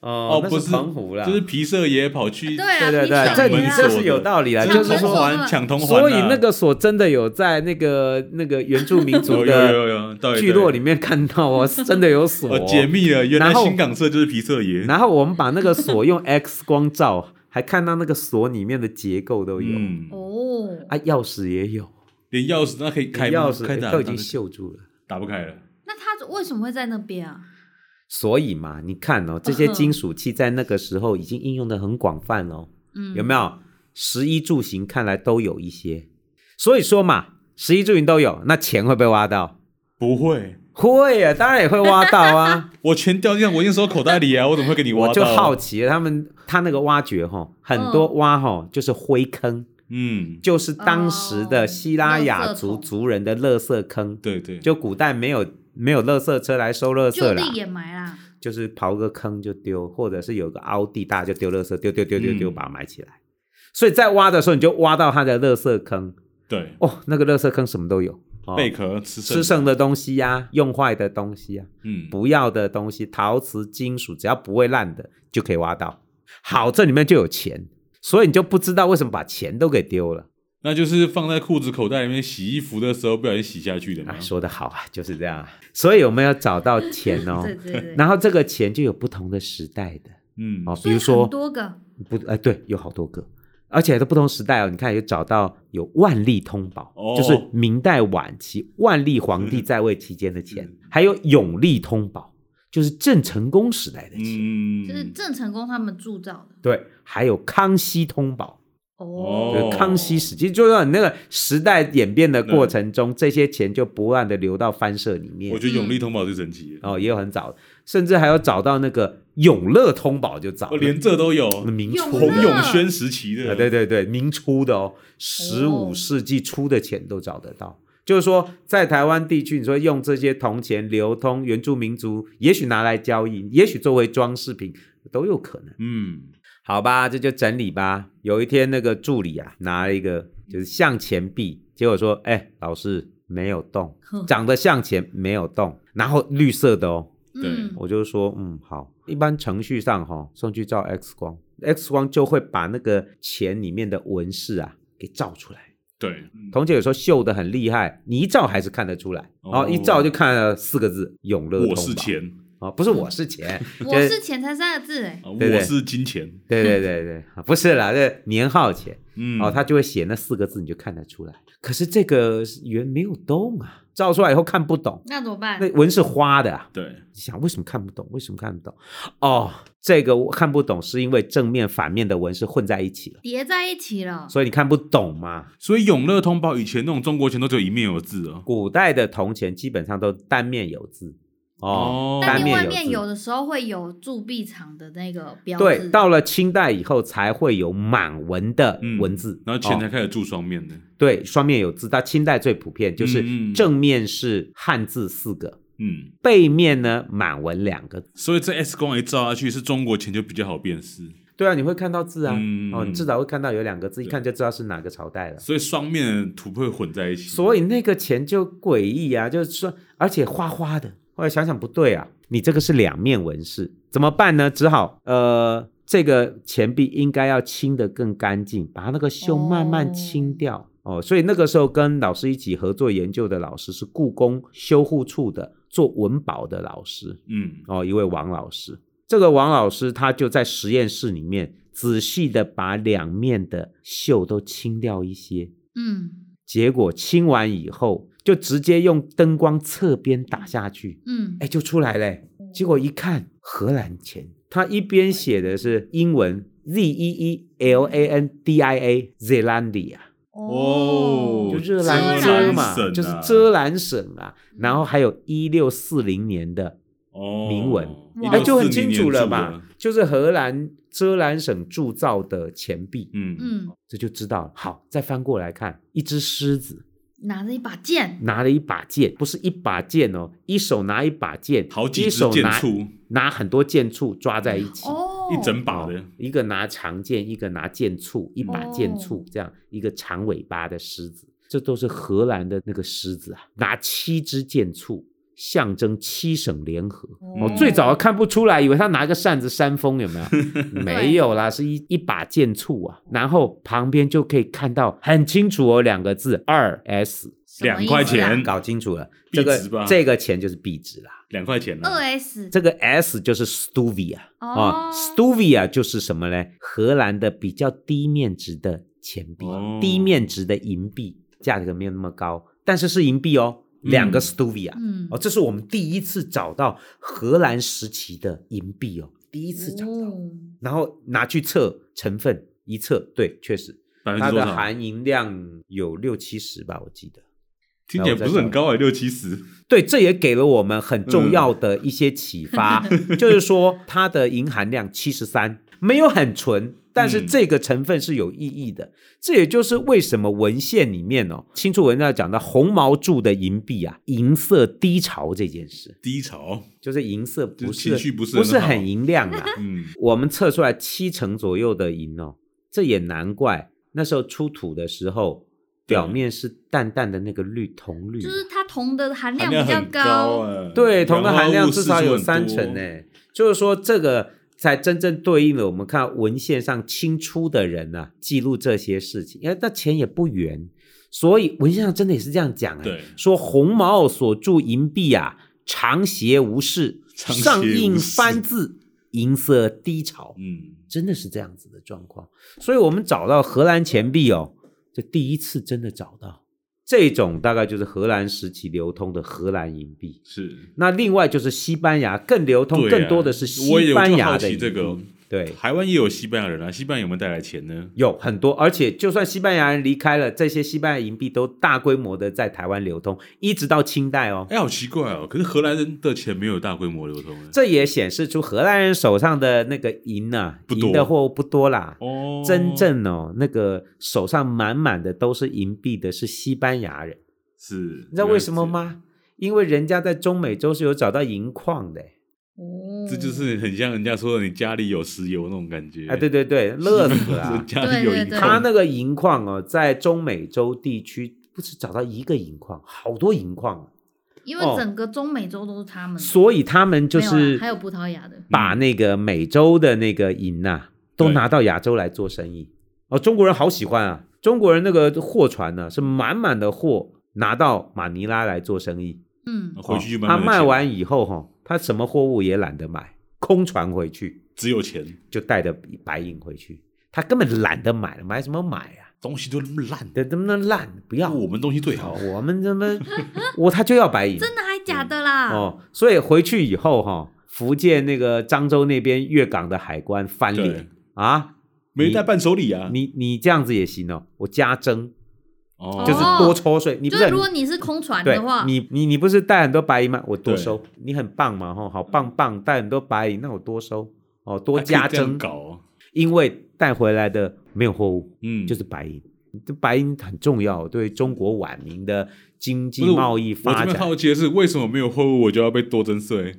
Speaker 3: 哦，那
Speaker 1: 不
Speaker 3: 是澎湖啦，
Speaker 1: 就是皮舍也跑去，
Speaker 2: 对啊，
Speaker 3: 对对
Speaker 2: 你
Speaker 3: 对，
Speaker 2: 抢
Speaker 3: 这
Speaker 2: 人
Speaker 3: 你
Speaker 2: 啊
Speaker 3: 这是有道理啦，
Speaker 2: 抢
Speaker 3: 就
Speaker 1: 抢
Speaker 3: 是
Speaker 1: 铜
Speaker 2: 门
Speaker 3: 说
Speaker 2: 锁
Speaker 1: 环，抢铜环啊，
Speaker 3: 所以那个锁真的有在那个那个原住民族
Speaker 1: [LAUGHS] 有有有
Speaker 3: 的
Speaker 1: 有有
Speaker 3: 聚落。
Speaker 1: 对对
Speaker 3: 里面看到哦，是真的有锁哦、
Speaker 1: 哦，解密了，原来
Speaker 3: 然后
Speaker 1: 新港社就是皮色 [LAUGHS] 爷。
Speaker 3: 然后我们把那个锁用 X 光照，还看到那个锁里面的结构都有、
Speaker 1: 嗯，
Speaker 2: 哦，
Speaker 3: 啊，钥匙也有，
Speaker 1: 连钥匙那可以开吗
Speaker 3: 钥匙
Speaker 1: 开
Speaker 3: 诶
Speaker 1: 打
Speaker 3: 都已经锈住了。
Speaker 1: 打不开了。
Speaker 2: 那他为什么会在那边啊？
Speaker 3: 所以嘛，你看哦，这些金属器在那个时候已经应用的很广泛哦，
Speaker 2: 嗯，
Speaker 3: 有没有？食衣住行看来都有一些，所以说嘛，食衣住行都有，那钱会被挖到，
Speaker 1: 不会，
Speaker 3: 会啊，当然也会挖到啊。
Speaker 1: 我钱掉地上，我已经收口袋里啊，我怎么会给 [LAUGHS] 你挖到？
Speaker 3: 我就好，奇他们他那个挖掘哈，很多挖哈就是灰坑，
Speaker 1: 嗯，
Speaker 3: 就是当时的希拉雅
Speaker 2: 哦
Speaker 3: 族
Speaker 2: 哦垃圾桶
Speaker 3: 族人的垃圾坑，
Speaker 1: 对对，
Speaker 3: 就古代没有没有垃圾车来收垃圾
Speaker 2: 就
Speaker 3: 啦
Speaker 2: 地，掩埋啦。
Speaker 3: 就是刨个坑就丢，或者是有个凹地，大家就丢垃圾，丢丢丢丢丢，
Speaker 1: 嗯
Speaker 3: 把它埋起来。所以在挖的时候，你就挖到它的垃圾坑
Speaker 1: 对，
Speaker 3: 哦，那个垃圾坑什么都有哦
Speaker 1: 贝壳吃剩
Speaker 3: 吃剩的东西呀、用坏的东西呀、
Speaker 1: 嗯，
Speaker 3: 不要的东西，陶瓷、金属，只要不会烂的就可以挖到。好，这里面就有钱，所以你就不知道为什么把钱都给丢了。
Speaker 1: 那就是放在裤子口袋里面洗衣服的时候不小心洗下去的嘛
Speaker 2: 嗯
Speaker 3: 啊，。说得好啊， [LAUGHS] 就是这样啊。所以我们要找到钱哦，
Speaker 2: [LAUGHS] 对对
Speaker 3: [LAUGHS]
Speaker 2: 对，
Speaker 3: 然后这个钱就有不同的时代的
Speaker 1: 嗯，
Speaker 3: 哦，
Speaker 2: 所
Speaker 3: 比
Speaker 2: 以
Speaker 3: 如
Speaker 2: 很
Speaker 3: 说
Speaker 2: 多个
Speaker 3: 不，哎，对，有好多个，而且都不同时代哦。你看，有找到有万历通宝，
Speaker 1: 哦嗯
Speaker 3: 就是明代晚期万历皇帝在位期间的钱，还有永历通宝，就是郑成功时代的钱，
Speaker 1: 嗯，
Speaker 2: 就是郑成功他们铸造的
Speaker 3: 对，还有康熙通宝，
Speaker 1: 哦
Speaker 3: 就是康熙时期，就是说你那个时代演变的过程
Speaker 1: 嗯
Speaker 3: 中，这些钱就不断的流到藩社里面
Speaker 1: 我。觉得永利
Speaker 2: 嗯
Speaker 1: 通宝最神奇了，
Speaker 3: 哦，也有很早，甚至还有找到那个永乐通宝就找
Speaker 1: 哦
Speaker 3: 了，
Speaker 1: 连这都有，
Speaker 3: 明
Speaker 2: 永
Speaker 3: 初
Speaker 1: 洪
Speaker 2: 乐
Speaker 3: 的
Speaker 1: 永轩时期的，
Speaker 3: 嗯啊，对对对，明初的哦，十五
Speaker 2: 哦
Speaker 3: 世纪初的钱都找得到。就是说，在台湾地区，你说用这些铜钱流通原住民族，也许拿来交易，也许作为装饰品，都有可能。
Speaker 1: 嗯，
Speaker 3: 好吧，这就整理吧。有一天，那个助理啊，拿了一个就是向钱币，结果说：“哎，老师没有动，长得像钱没有动，然后绿色的哦。”
Speaker 1: 对
Speaker 3: 我就说，嗯，好，一般程序上哈、送去照 X 光，X 光就会把那个钱里面的纹饰啊给照出来。
Speaker 1: 对，
Speaker 3: 彤姐有时候秀的很厉害，你一照还是看得出来，
Speaker 1: 哦
Speaker 3: 哦，一照就看了四个字“永乐通宝”。
Speaker 1: 我是钱
Speaker 3: 哦，不是我是
Speaker 1: [LAUGHS]
Speaker 3: 钱，
Speaker 2: 我是钱财三个字哎，
Speaker 1: 啊，
Speaker 3: 对对
Speaker 1: 我是金钱，
Speaker 3: 对对对对，哦不是啦，这年号钱
Speaker 1: 嗯，
Speaker 3: 哦，他就会写那四个字，你就看得出来。可是这个圆没有动啊，照出来以后看不懂，
Speaker 2: 那怎么办
Speaker 3: 那？纹是花的啊。
Speaker 1: 对，
Speaker 3: 想为什么看不懂？为什么看不懂？哦，这个我看不懂，是因为正面反面的纹饰混在一起了，
Speaker 2: 叠在一起了，
Speaker 3: 所以你看不懂嘛。
Speaker 1: 所以永乐通宝以前那种中国钱都只有一面有字哦，
Speaker 3: 古代的铜钱基本上都单面有字
Speaker 1: 哦
Speaker 3: 哦，
Speaker 2: 但
Speaker 3: 单
Speaker 2: 另外面
Speaker 3: 面
Speaker 2: 有
Speaker 3: 有字。
Speaker 2: 的时候会有铸币厂的那个标志，
Speaker 3: 对，到了清代以后才会有满文的
Speaker 1: 嗯
Speaker 3: 文字，
Speaker 1: 然后钱才
Speaker 3: 哦、
Speaker 1: 开始铸双面的，
Speaker 3: 对双面有字。到清代最普遍
Speaker 1: 嗯
Speaker 3: 就是
Speaker 1: 嗯
Speaker 3: 正面是汉字四个，
Speaker 1: 嗯，
Speaker 3: 背面呢满文两个。
Speaker 1: 所以这 X 光一照下去，是中国钱就比较好辨识，
Speaker 3: 对啊，你会看到字啊，
Speaker 1: 嗯
Speaker 3: 哦，你至少会看到有两个字，一
Speaker 1: 对
Speaker 3: 看就知道是哪个朝代了。
Speaker 1: 所以双面的图会混在一起，
Speaker 3: 所以那个钱就诡异啊，就是说，而且花花的。后来想想不对啊，你这个是两面纹饰，怎么办呢？只好呃，这个钱币应该要清得更干净，把它那个锈慢慢清掉哦所以那个时候跟老师一起合作研究的老师是故宫修护处的做文保的老师
Speaker 1: 嗯，
Speaker 3: 哦，一位王老师。这个王老师他就在实验室里面仔细的把两面的锈都清掉一些，
Speaker 2: 嗯
Speaker 3: 结果清完以后，就直接用灯光侧边打下去，
Speaker 2: 嗯，
Speaker 3: 哎，就出来嘞。结果一看，荷兰钱，它一边写的是英文 Z E E L A N D I A Zealandia，
Speaker 1: 哦
Speaker 3: 就
Speaker 1: 热
Speaker 3: 热
Speaker 1: 兰
Speaker 3: 兰
Speaker 2: 遮
Speaker 3: 遮嘛，
Speaker 1: 省啊嗯
Speaker 3: 就是遮兰省啊。然后还有一六四零年的，
Speaker 1: 哦，
Speaker 3: 铭文
Speaker 2: 哇
Speaker 3: 哎，
Speaker 1: 1640
Speaker 3: 就很清楚了
Speaker 1: 年
Speaker 3: 嘛
Speaker 1: 铸的，，
Speaker 3: 就是荷兰遮兰省铸造的钱币，
Speaker 1: 嗯
Speaker 2: 嗯，
Speaker 3: 这就知道了。好，再翻过来看，一只狮子。
Speaker 2: 拿着一把剑，
Speaker 3: 拿了一把剑，不是一把剑哦，一手拿一把剑，
Speaker 1: 好
Speaker 3: 一
Speaker 1: 几支
Speaker 3: 手
Speaker 1: 箭
Speaker 3: 拿
Speaker 1: 簇，
Speaker 3: 拿很多剑簇抓在一起，
Speaker 2: 哦，
Speaker 1: 一整把的，
Speaker 3: 一个拿长剑，一个拿剑簇，一把剑
Speaker 2: 哦
Speaker 3: 簇，这样一个长尾巴的狮子，这都是荷兰的那个狮子啊，拿七支剑簇。象征七省联合。我、
Speaker 2: 哦
Speaker 3: 最早看不出来，以为他拿个扇子扇风，有没
Speaker 2: [LAUGHS]
Speaker 3: 有？没有啦，是一一把剑簇啊。然后旁边就可以看到很清楚哦，两个字二 S。
Speaker 2: 什么
Speaker 1: 两
Speaker 2: 意思啊
Speaker 1: 块钱
Speaker 3: 搞清楚了，
Speaker 1: 币
Speaker 3: 这
Speaker 1: 值吧
Speaker 3: 个这个钱就是币值啦，
Speaker 1: 两块钱
Speaker 2: 二
Speaker 1: 啊，
Speaker 2: S
Speaker 3: 这个 S 就是 stuvia 啊
Speaker 2: 哦
Speaker 3: ，stuvia 就是什么呢？荷兰的比较低面值的钱币
Speaker 1: 哦，
Speaker 3: 低面值的银币，价格没有那么高，但是是银币哦，
Speaker 1: 嗯
Speaker 3: 两个 stuvia
Speaker 2: 嗯
Speaker 3: 哦，这是我们第一次找到荷兰时期的银币哦，第一次找到，
Speaker 2: 哦
Speaker 3: 然后拿去测成分，一测，对，确实
Speaker 1: 百分
Speaker 3: 它
Speaker 1: 之多
Speaker 3: 的
Speaker 1: 少？
Speaker 3: 含银量有六七十吧，我记得。
Speaker 1: 听起来不是很高哎，六七十，
Speaker 3: 对，这也给了我们很
Speaker 1: 嗯
Speaker 3: 重要的一些启发，就是说它的银含量七十三，没有很纯，但是
Speaker 1: 嗯
Speaker 3: 这个成分是有意义的。这也就是为什么文献里面哦，清楚文要讲到红毛柱的银币啊，银色低潮这件事，
Speaker 1: 低潮，
Speaker 3: 就是银色不
Speaker 1: 就是情绪不是
Speaker 3: 不
Speaker 1: 很
Speaker 3: 是
Speaker 1: 好
Speaker 3: 很明亮啊。
Speaker 1: 嗯，
Speaker 3: 我们测出来七成左右的银哦，这也难怪那时候出土的时候。表面是淡淡的那个绿铜绿，
Speaker 2: 就是它铜的含
Speaker 1: 含
Speaker 2: 量比较
Speaker 1: 很高、
Speaker 2: 高，
Speaker 1: 哎
Speaker 3: 对，铜的含量至少有三成呢、
Speaker 1: 呢。
Speaker 3: 就是说，这个才真正对应了我们看文献上清初的人啊，记录这些事情，因哎为那钱也不圆，所以文献上真的也是这样讲啊、
Speaker 1: 对
Speaker 3: 说红毛所铸银币啊，长斜无饰，
Speaker 1: 长斜
Speaker 3: 上印
Speaker 1: 无饰
Speaker 3: 翻字，银色低潮，
Speaker 1: 嗯，
Speaker 3: 真的是这样子的状况。所以我们找到荷兰钱币哦，这第一次真的找到这种，大概就是荷兰时期流通的荷兰银币。
Speaker 1: 是
Speaker 3: 那另外就是西班牙更流通、
Speaker 1: 对啊
Speaker 3: 更多的是西
Speaker 1: 我也有
Speaker 3: 班
Speaker 1: 就好
Speaker 3: 牙的
Speaker 1: 奇这个
Speaker 3: 移民对。
Speaker 1: 台湾也有西班牙人啊，西班牙有没有带来钱呢？
Speaker 3: 有很多，而且就算西班牙人离开了，这些西班牙银币都大规模的在台湾流通，一直到清代哦。
Speaker 1: 哎、好奇怪哦！可是荷兰人的钱没有大规模流通哎。
Speaker 3: 这也显示出荷兰人手上的那个银啊，
Speaker 1: 不多
Speaker 3: 银的货不多啦。
Speaker 1: 哦，
Speaker 3: 真正哦，那个手上满满的都是银币的是西班牙人，
Speaker 1: 是
Speaker 3: 你知道为什么？吗？因为人家在中美洲是有找到银矿的、
Speaker 2: 哦，
Speaker 1: 这就是很像人家说的，你家里有石油那种感觉
Speaker 3: 啊，对，对对，乐死
Speaker 1: [LAUGHS] 人
Speaker 3: 了、啊。
Speaker 1: 家里有银
Speaker 2: 对对
Speaker 1: 矿，
Speaker 3: 他那个银矿哦，在中美洲地区不止找到一个银矿，好多银矿啊，
Speaker 2: 因为
Speaker 3: 哦
Speaker 2: 整个中美洲都是他们的，
Speaker 3: 所以他们就
Speaker 2: 嗯没有
Speaker 3: 是
Speaker 2: 啦还有葡萄牙的，
Speaker 3: 把那个美洲的那个银呐、都
Speaker 1: 对
Speaker 3: 拿到亚洲来做生意。哦，中国人好喜欢啊，中国人那个货船呢、是满满的货拿到马尼拉来做生意，
Speaker 2: 嗯，
Speaker 1: 回去就
Speaker 3: 哦
Speaker 1: 慢慢
Speaker 3: 他
Speaker 1: 地
Speaker 3: 卖
Speaker 1: 钱
Speaker 3: 完以后哈、他什么货物也懒得买，空船回去
Speaker 1: 只有钱，
Speaker 3: 就带着白银回去，他根本懒得买了，买什么买啊？
Speaker 1: 东西都那么烂，
Speaker 3: 这能不能烂？不要
Speaker 1: 我们东西最好
Speaker 3: 哦，我们怎么我他就要白银
Speaker 2: 真的还啊假的啦？
Speaker 3: 哦，所以回去以后哈、福建那个漳州那边粤港的海关翻
Speaker 1: 对
Speaker 3: 脸，啊，
Speaker 1: 没带伴手礼啊，
Speaker 3: 你你这样子也行哦，我加征
Speaker 1: 哦
Speaker 3: 就是多抽税，你不
Speaker 2: 就是是
Speaker 3: 很
Speaker 2: 如果你是空船
Speaker 3: 对
Speaker 2: 的话，
Speaker 3: 你你你不是带很多白银吗？我多
Speaker 1: 对
Speaker 3: 收，你很棒嘛哈、好棒棒，带很多白银，那我多收哦，多
Speaker 1: 还可以
Speaker 3: 加
Speaker 1: 这样
Speaker 3: 征，
Speaker 1: 搞哦，
Speaker 3: 因为带回来的没有货物，
Speaker 1: 嗯，
Speaker 3: 就是白银。这白银很重要，对中国晚明的经济
Speaker 1: 不是
Speaker 3: 贸易
Speaker 1: 我
Speaker 3: 发
Speaker 1: 这边
Speaker 3: 展
Speaker 1: 好奇的是，为什么没有货物我就要被多征税？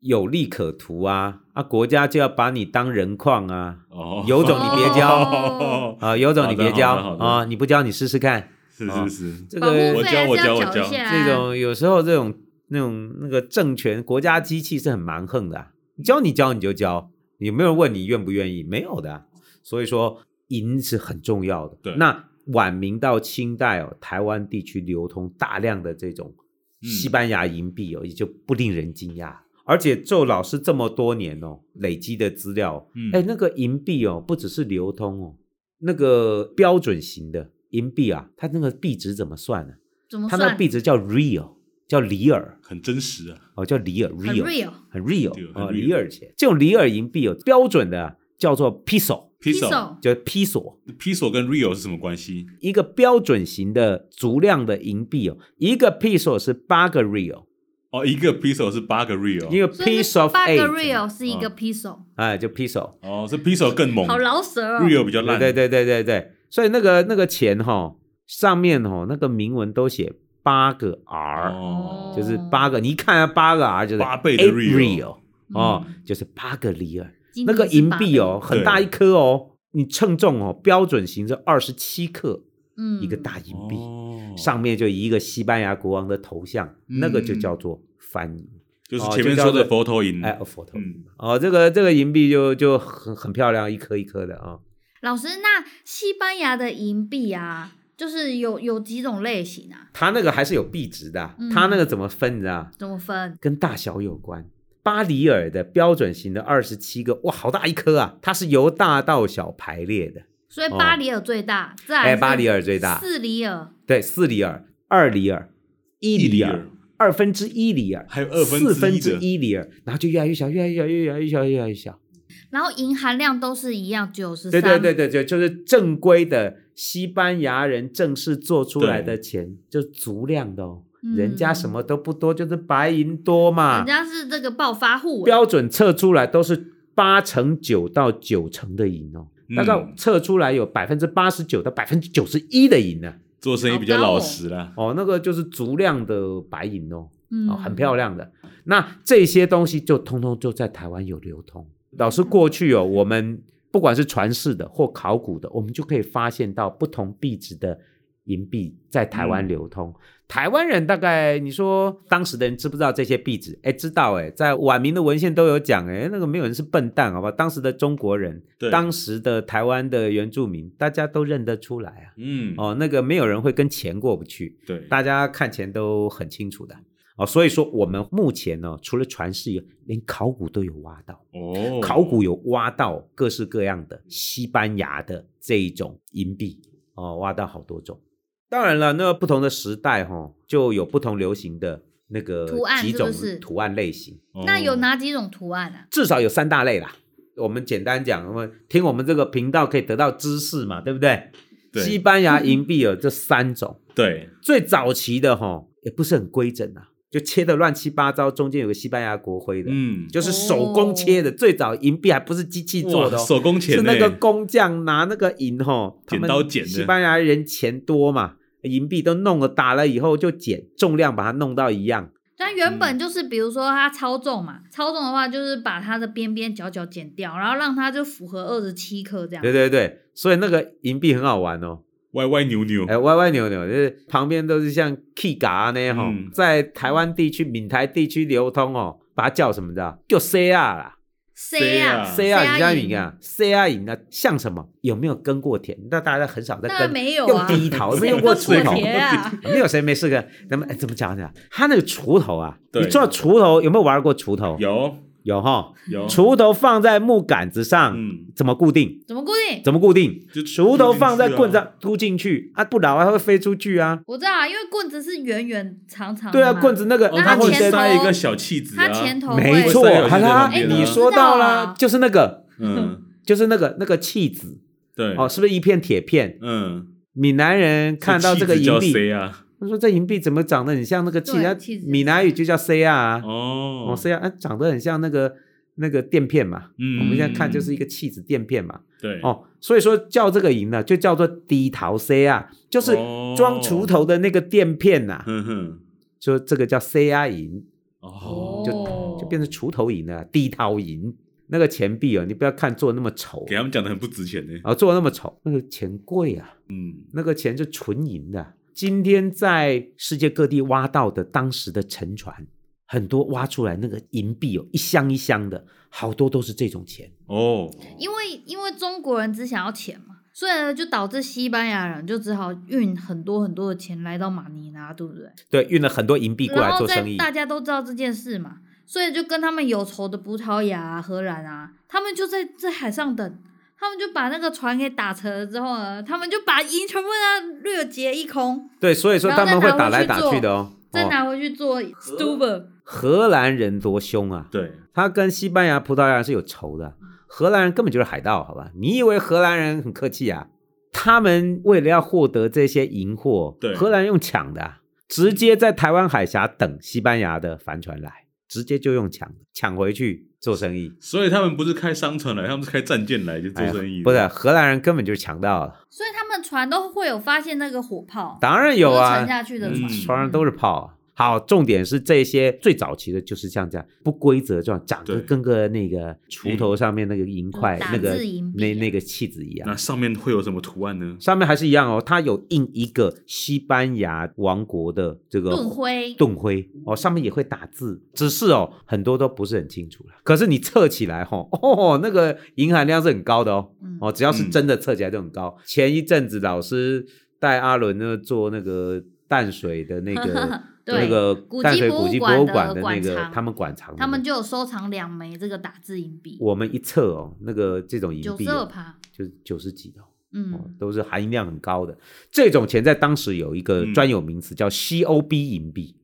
Speaker 3: 有利可图啊！啊，国家就要把你当人矿啊！
Speaker 1: 哦，
Speaker 3: 有种你别交
Speaker 1: 哦，
Speaker 3: 啊、有种你别交
Speaker 1: 好的好的
Speaker 3: 啊、
Speaker 1: 好的
Speaker 3: 你不交你试试看。
Speaker 1: 是
Speaker 3: 哦
Speaker 1: 是是，
Speaker 3: 这
Speaker 2: 保护
Speaker 3: 个
Speaker 1: 我
Speaker 2: 费还
Speaker 1: 交
Speaker 2: 是
Speaker 1: 我
Speaker 2: 要
Speaker 1: 交我
Speaker 2: 缴一
Speaker 1: 交
Speaker 2: 下啊，
Speaker 3: 这种有时候这种那种那个政权国家机器是很蛮横的、啊，教你交你就交，有没有人问你愿不愿意？没有的啊、所以说银是很重要的。
Speaker 1: 对
Speaker 3: 那晚明到清代哦，台湾地区流通大量的这种
Speaker 1: 嗯
Speaker 3: 西班牙银币哦，也就不令人惊讶。而且周老师这么多年哦，累积的资料，
Speaker 1: 嗯
Speaker 3: 哎、那个银币哦，不只是流通哦，那个标准型的银币啊，它那个币值怎么算啊呢、
Speaker 2: 怎么
Speaker 3: 它
Speaker 2: 哦算？
Speaker 3: 那个币值叫 real，叫里尔
Speaker 1: 很真实啊，
Speaker 3: 哦，叫里尔
Speaker 2: 很
Speaker 3: real，
Speaker 2: real，
Speaker 3: 很
Speaker 1: 对
Speaker 3: real
Speaker 1: 很
Speaker 3: 哦，
Speaker 1: real
Speaker 3: 里尔钱。这种里尔银币有标准的叫做 peso，
Speaker 1: Piso
Speaker 3: 叫 peso，
Speaker 1: Piso 跟 Rio 是什么关系？
Speaker 3: 一个标准型的足量的银币哦，一个 peso 是八个 real，
Speaker 1: 哦，一个 Piso 是八个 Rio，
Speaker 3: 一个
Speaker 2: 所以
Speaker 3: piece
Speaker 2: 是
Speaker 3: of
Speaker 2: 八
Speaker 3: eight，
Speaker 2: 个 real 是一个
Speaker 1: 嗯
Speaker 2: peso，
Speaker 3: 哎，就 peso，
Speaker 1: 哦，是 Piso 更猛
Speaker 2: 好饶舌哦。
Speaker 1: ，Rio 比较
Speaker 3: 对
Speaker 1: 烂，
Speaker 3: 对对对对对，所以那个那个钱哈、上面哈、那个铭文都写八个 r，、
Speaker 1: 哦，
Speaker 3: 就是八个，你一看啊八个 r 就是
Speaker 1: 八倍的
Speaker 3: eight
Speaker 1: real
Speaker 3: real 哦，就是八个里尔。
Speaker 2: 嗯今
Speaker 3: 那
Speaker 2: 天
Speaker 3: 个
Speaker 2: 是
Speaker 3: 银
Speaker 2: 八
Speaker 3: 币哦，
Speaker 2: 个，
Speaker 3: 很大一颗哦，你称重哦，标准型是二十七克
Speaker 2: 嗯，
Speaker 3: 一个大银币，
Speaker 1: 哦
Speaker 3: 上面就一个西班牙国王的头像，那个就
Speaker 2: 嗯
Speaker 3: 叫做翻银，
Speaker 1: 就是
Speaker 3: 哦
Speaker 1: 前面
Speaker 3: 就叫
Speaker 1: 说的
Speaker 3: 做
Speaker 1: 佛头银，
Speaker 3: 哎，佛头
Speaker 1: 嗯，
Speaker 3: 哦，这个这个银币就就很很漂亮，一颗一颗的啊。
Speaker 2: 老师，那西班牙的银币啊，就是有有几种类型啊？
Speaker 3: 它那个还是有币值的啊，
Speaker 2: 嗯
Speaker 3: 它那个怎么分你知道？
Speaker 2: 怎么分？
Speaker 3: 跟大小有关。巴里尔的标准型的二十七个，哇，好大一颗啊！它是由大到小排列的，
Speaker 2: 所以
Speaker 3: 哦
Speaker 2: 巴里尔最大，再来
Speaker 3: 哎，
Speaker 2: 是
Speaker 3: 巴里尔最大，
Speaker 2: 四里尔，
Speaker 3: 对，四里尔、二里尔、一里
Speaker 1: 一里
Speaker 3: 尔
Speaker 1: 尔、
Speaker 3: 二分之一里尔，
Speaker 1: 还有二分之一
Speaker 3: 四
Speaker 1: 的
Speaker 3: 分之一里尔，然后就越来越小，越来越小，越来越小，越来越小。
Speaker 2: 然后银含量都是一样，九十
Speaker 3: 对
Speaker 2: 三。
Speaker 3: 对对对对，就是正规的西班牙人正式做出来的钱，就足量的哦，
Speaker 2: 嗯
Speaker 3: 人家什么都不多，就是白银多嘛
Speaker 2: 人。家是这个暴发户欸，
Speaker 3: 标准测出来都是八成九到九成的银哦，
Speaker 1: 嗯
Speaker 3: 大概测出来有百分之八十九到百分之九十一的银呢、
Speaker 1: 做生意比较老实啦，
Speaker 3: 哦，那个就是足量的白银哦。
Speaker 2: 嗯
Speaker 3: 哦，很漂亮的。那这些东西就通通就在台湾有流通。老师过去哦，我们不管是传世的或考古的，我们就可以发现到不同币值的银币在台湾流通。台湾人大概你说当时的人知不知道这些币值？哎，知道哎，在晚明的文献都有讲哎，那个没有人是笨蛋，好吧？当时的中国人
Speaker 1: 对，
Speaker 3: 当时的台湾的原住民，大家都认得出来啊。
Speaker 1: 嗯，
Speaker 3: 哦，那个没有人会跟钱过不去，
Speaker 1: 对，
Speaker 3: 大家看钱都很清楚的。哦，所以说我们目前呢，除了传世以外，连考古都有挖到。
Speaker 1: 哦，
Speaker 3: 考古有挖到各式各样的西班牙的这一种银币哦，挖到好多种。当然了，那不同的时代哈、哦，就有不同流行的那个
Speaker 2: 图案
Speaker 3: 几种
Speaker 2: 是不是
Speaker 3: 图案类型，
Speaker 1: 哦
Speaker 2: 那有哪几种图案啊？
Speaker 3: 至少有三大类啦。我们简单讲，我们听我们这个频道可以得到知识嘛，对不对？
Speaker 1: 对
Speaker 3: 西班
Speaker 2: 嗯
Speaker 3: 牙银币有这三种，
Speaker 1: 对，
Speaker 3: 最早期的哈、哦、也不是很规整啊，就切的乱七八糟，中间有个西班牙国徽的，
Speaker 1: 嗯，哦
Speaker 3: 就是手工切的。最早银币还不是机器做的、
Speaker 1: 哇
Speaker 3: 哦，
Speaker 1: 手工钱
Speaker 3: 是
Speaker 1: 呢
Speaker 3: 那个工匠拿那个银吼，
Speaker 1: 剪
Speaker 3: 他们
Speaker 1: 刀剪的
Speaker 3: 西班牙人钱多嘛，银币都弄了，打了以后就剪，重量把它弄到一样。
Speaker 2: 但原
Speaker 3: 嗯
Speaker 2: 本就是，比如说它超重嘛，超重的话就是把它的边边角角剪掉，然后让它就符合二十七克
Speaker 1: 嗯
Speaker 2: 这样
Speaker 3: 对。对对，所以那个银币很好玩哦，
Speaker 1: 歪歪扭扭，
Speaker 3: 哎，歪歪扭扭，就是旁边都是像 K 嘎那样吼，
Speaker 1: 嗯
Speaker 3: 在台湾地区、闽台地区流通哦，把它叫什么的？叫 C R 啊啦
Speaker 2: C 啊
Speaker 1: 啊
Speaker 3: ，C
Speaker 2: 啊，
Speaker 3: R 你家名啊，C R 银啊，像什么？有没有耕过田？那大家很少在
Speaker 2: 当然
Speaker 3: 耕，
Speaker 2: 没有
Speaker 3: 用
Speaker 2: 啊，[LAUGHS]
Speaker 3: 低头，有没
Speaker 2: 谁
Speaker 3: 有 [LAUGHS] 用过
Speaker 2: 跟
Speaker 3: 锄
Speaker 2: 我
Speaker 3: 头？
Speaker 2: 铁
Speaker 3: [LAUGHS]
Speaker 2: 啊，
Speaker 3: 没有谁没事干。那么哎怎么讲呢？他那个锄头啊，
Speaker 1: 对
Speaker 3: 你知道锄头有没有玩过锄头？
Speaker 1: 有
Speaker 3: 有哈，
Speaker 1: 有，
Speaker 3: 锄头放在木杆子上，
Speaker 1: 嗯，
Speaker 3: 怎么固定？
Speaker 2: 怎么固定？
Speaker 3: 怎么固定？
Speaker 1: 就
Speaker 3: 锄头放在棍
Speaker 1: 上，
Speaker 3: 上突进去啊，不然它会飞出去啊。
Speaker 2: 我知道啊，因为棍子是圆圆长长的
Speaker 3: 对啊，
Speaker 2: 嘛
Speaker 3: 棍子那个
Speaker 1: 哦，
Speaker 2: 嗯那它
Speaker 1: 它会
Speaker 2: 前头
Speaker 1: 塞一个小气子啊，
Speaker 2: 它前头
Speaker 3: 没
Speaker 2: 会
Speaker 3: 错
Speaker 1: 会塞，回去
Speaker 3: 好啦，
Speaker 1: 在旁边啊
Speaker 3: 你说到
Speaker 2: 哎你知道
Speaker 3: 啦
Speaker 2: 啊，
Speaker 3: 就是那个，
Speaker 1: 嗯，
Speaker 3: 就是那个那个弃子
Speaker 1: 对，
Speaker 3: 哦，是不是一片铁片？
Speaker 1: 嗯，
Speaker 3: 闽南人 [LAUGHS] 看到这个
Speaker 1: 气子叫
Speaker 3: 银币，
Speaker 1: 谁啊？
Speaker 3: 他说这银币怎么长得很像那个弃
Speaker 2: 对
Speaker 3: 啊
Speaker 2: 弃子？
Speaker 3: 闽南语就叫 C R 啊。
Speaker 1: 哦
Speaker 3: 哦，是呀，啊，长得很像那个那个垫片嘛。
Speaker 1: 嗯
Speaker 3: 我们现在看就是一个气质垫片嘛。
Speaker 1: 对，
Speaker 3: 哦，所以说叫这个银呢，就叫做低陶 C 啊，就是
Speaker 1: 哦
Speaker 3: 装锄头的那个垫片呐、
Speaker 1: 哼哼，
Speaker 3: 就这个叫 C R 银，
Speaker 1: 哦，
Speaker 2: 哦
Speaker 3: 就变成锄头银了，低陶银。那个钱币哦，你不要看做那么丑
Speaker 1: 给，他们讲的很不值钱呢，
Speaker 3: 啊、做那么丑，那个钱贵啊，
Speaker 1: 嗯，
Speaker 3: 那个钱是纯银的。今天在世界各地挖到的当时的沉船，很多挖出来那个银币哦，一箱一箱的，好多都是这种钱。
Speaker 1: 哦，
Speaker 2: 因为因为中国人只想要钱嘛，所以呢就导致西班牙人就只好运很多很多的钱来到马尼拉，对不对？
Speaker 3: 对，运了很多银币过
Speaker 2: 然
Speaker 3: 来
Speaker 2: 后
Speaker 3: 做
Speaker 2: 在
Speaker 3: 生意。
Speaker 2: 大家都知道这件事嘛，所以就跟他们有仇的葡萄牙、啊、荷兰啊，他们就在在海上等，他们就把那个船给打沉了之后呢，他们就把银全部啊掠劫一空，
Speaker 3: 对，所以说他们会打来打去的哦。
Speaker 2: 再
Speaker 3: 哦
Speaker 2: 拿回去做 stuber。
Speaker 3: 荷兰人多凶啊！
Speaker 1: 对，
Speaker 3: 他跟西班牙、葡萄牙是有仇的。荷兰人根本就是海盗，好吧？你以为荷兰人很客气啊？他们为了要获得这些银货
Speaker 1: 对，
Speaker 3: 荷兰人用抢的啊，直接在台湾海峡等西班牙的帆船来，直接就用抢的抢回去做生意。
Speaker 1: 所以他们不是开商船来，他们是开战舰来就做
Speaker 3: 哎呀
Speaker 1: 生意的，
Speaker 3: 不是荷兰人根本就是强盗了，
Speaker 2: 所以他们船都会有发现那个火炮，
Speaker 3: 当然有
Speaker 2: 就是
Speaker 3: 啊
Speaker 2: 沉，下去的
Speaker 1: 嗯
Speaker 2: 船，
Speaker 3: 船上都是炮啊。好，重点是这些最早期的就是像这样不规则状，长得
Speaker 1: 对嗯
Speaker 3: 跟个那个锄头上面那个银块、
Speaker 2: 打
Speaker 3: 那个
Speaker 2: 字银币
Speaker 3: 那
Speaker 2: 啊
Speaker 3: 那个气子一样
Speaker 1: 那。上面会有什么图案呢？
Speaker 3: 上面还是一样哦，它有印一个西班牙王国的这个
Speaker 2: 盾徽。
Speaker 3: 盾徽哦，上面也会打字，只是哦很多都不是很清楚了。可是你测起来哈、 [LAUGHS] 哦，那个银含量是很高的哦，
Speaker 2: 嗯
Speaker 3: 哦，只要是真的测起来都很高。前一阵子老师带阿伦呢做那个淡水的那
Speaker 2: [LAUGHS]
Speaker 3: 个
Speaker 2: 对
Speaker 3: 那个
Speaker 2: 古迹
Speaker 3: 淡水
Speaker 2: 博物
Speaker 3: 古迹
Speaker 2: 馆
Speaker 3: 博物
Speaker 2: 的
Speaker 3: 馆的那
Speaker 2: 馆
Speaker 3: 个
Speaker 2: 藏
Speaker 3: 他们馆藏的那个，
Speaker 2: 他们就有收藏两枚这个打字银币，
Speaker 3: 我们一测哦，那个这种银
Speaker 2: 九
Speaker 3: 币、
Speaker 2: 十二
Speaker 3: 哦、
Speaker 2: 趴。
Speaker 3: 就是九十几的哦、哦
Speaker 2: 嗯，，
Speaker 3: 都是含银量很高的。这种钱在当时有一个
Speaker 1: 嗯
Speaker 3: 专有名词叫 COB 银币，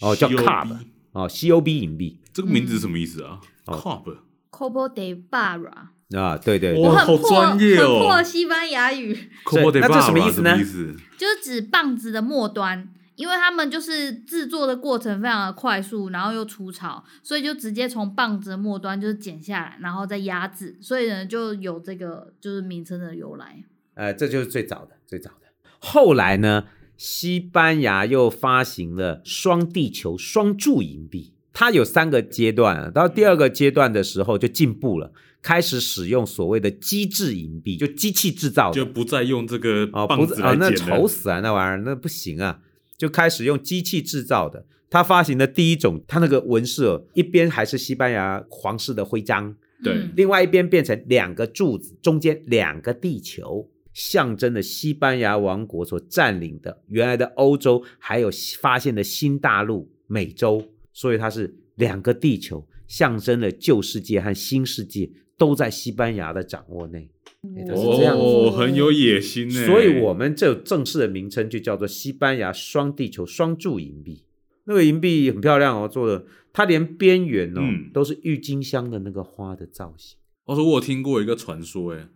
Speaker 3: 哦叫
Speaker 1: COB
Speaker 3: COB 哦 COB 银币
Speaker 1: 这个名
Speaker 2: 嗯
Speaker 1: 字是什么意思啊
Speaker 3: 哦
Speaker 1: ？Cob，
Speaker 2: c o p o de Barra，
Speaker 3: 啊，对对
Speaker 2: 我
Speaker 1: 哇
Speaker 3: 对，
Speaker 2: 很
Speaker 1: 好
Speaker 2: 破
Speaker 1: 专业哦
Speaker 2: 很破西班牙语，
Speaker 3: 所以
Speaker 1: Cobo de
Speaker 3: 那这
Speaker 1: Barra，
Speaker 3: 什么意思呢
Speaker 1: 什么意思？
Speaker 2: 就是指棒子的末端，因为他们就是制作的过程非常的快速，然后又粗糙，所以就直接从棒子的末端就是剪下来，然后再压制，所以呢就有这个就是名称的由来。
Speaker 3: 呃，这就是最早的最早的。后来呢，西班牙又发行了双地球双柱银币，它有三个阶段啊，到第二个阶段的时候就进步了，开始使用所谓的机制银币，就机器制造的
Speaker 1: 就不再用这个
Speaker 3: 哦，
Speaker 1: 棒
Speaker 3: 不
Speaker 1: 子
Speaker 3: 是
Speaker 1: 来
Speaker 3: 啊，
Speaker 1: 剪
Speaker 3: 那
Speaker 1: 了。
Speaker 3: 丑死啊，那玩意儿那不行啊，就开始用机器制造的。他发行的第一种，他那个纹饰哦一边还是西班牙皇室的徽章，
Speaker 1: 对
Speaker 2: 嗯
Speaker 3: 另外一边变成两个柱子，中间两个地球，象征了西班牙王国所占领的原来的欧洲，还有发现的新大陆美洲，所以它是两个地球，象征了旧世界和新世界都在西班牙的掌握内。哎它是这样子的
Speaker 1: 哦，很有野心欸呢、
Speaker 3: 所以我们这正式的名称就叫做西班牙双地球双柱银币。那个银币很漂亮哦，做的，它连边缘哦、
Speaker 1: 嗯
Speaker 3: 都是郁金香的那个花的造型。
Speaker 1: 我说我有听过一个传说、欸，哎，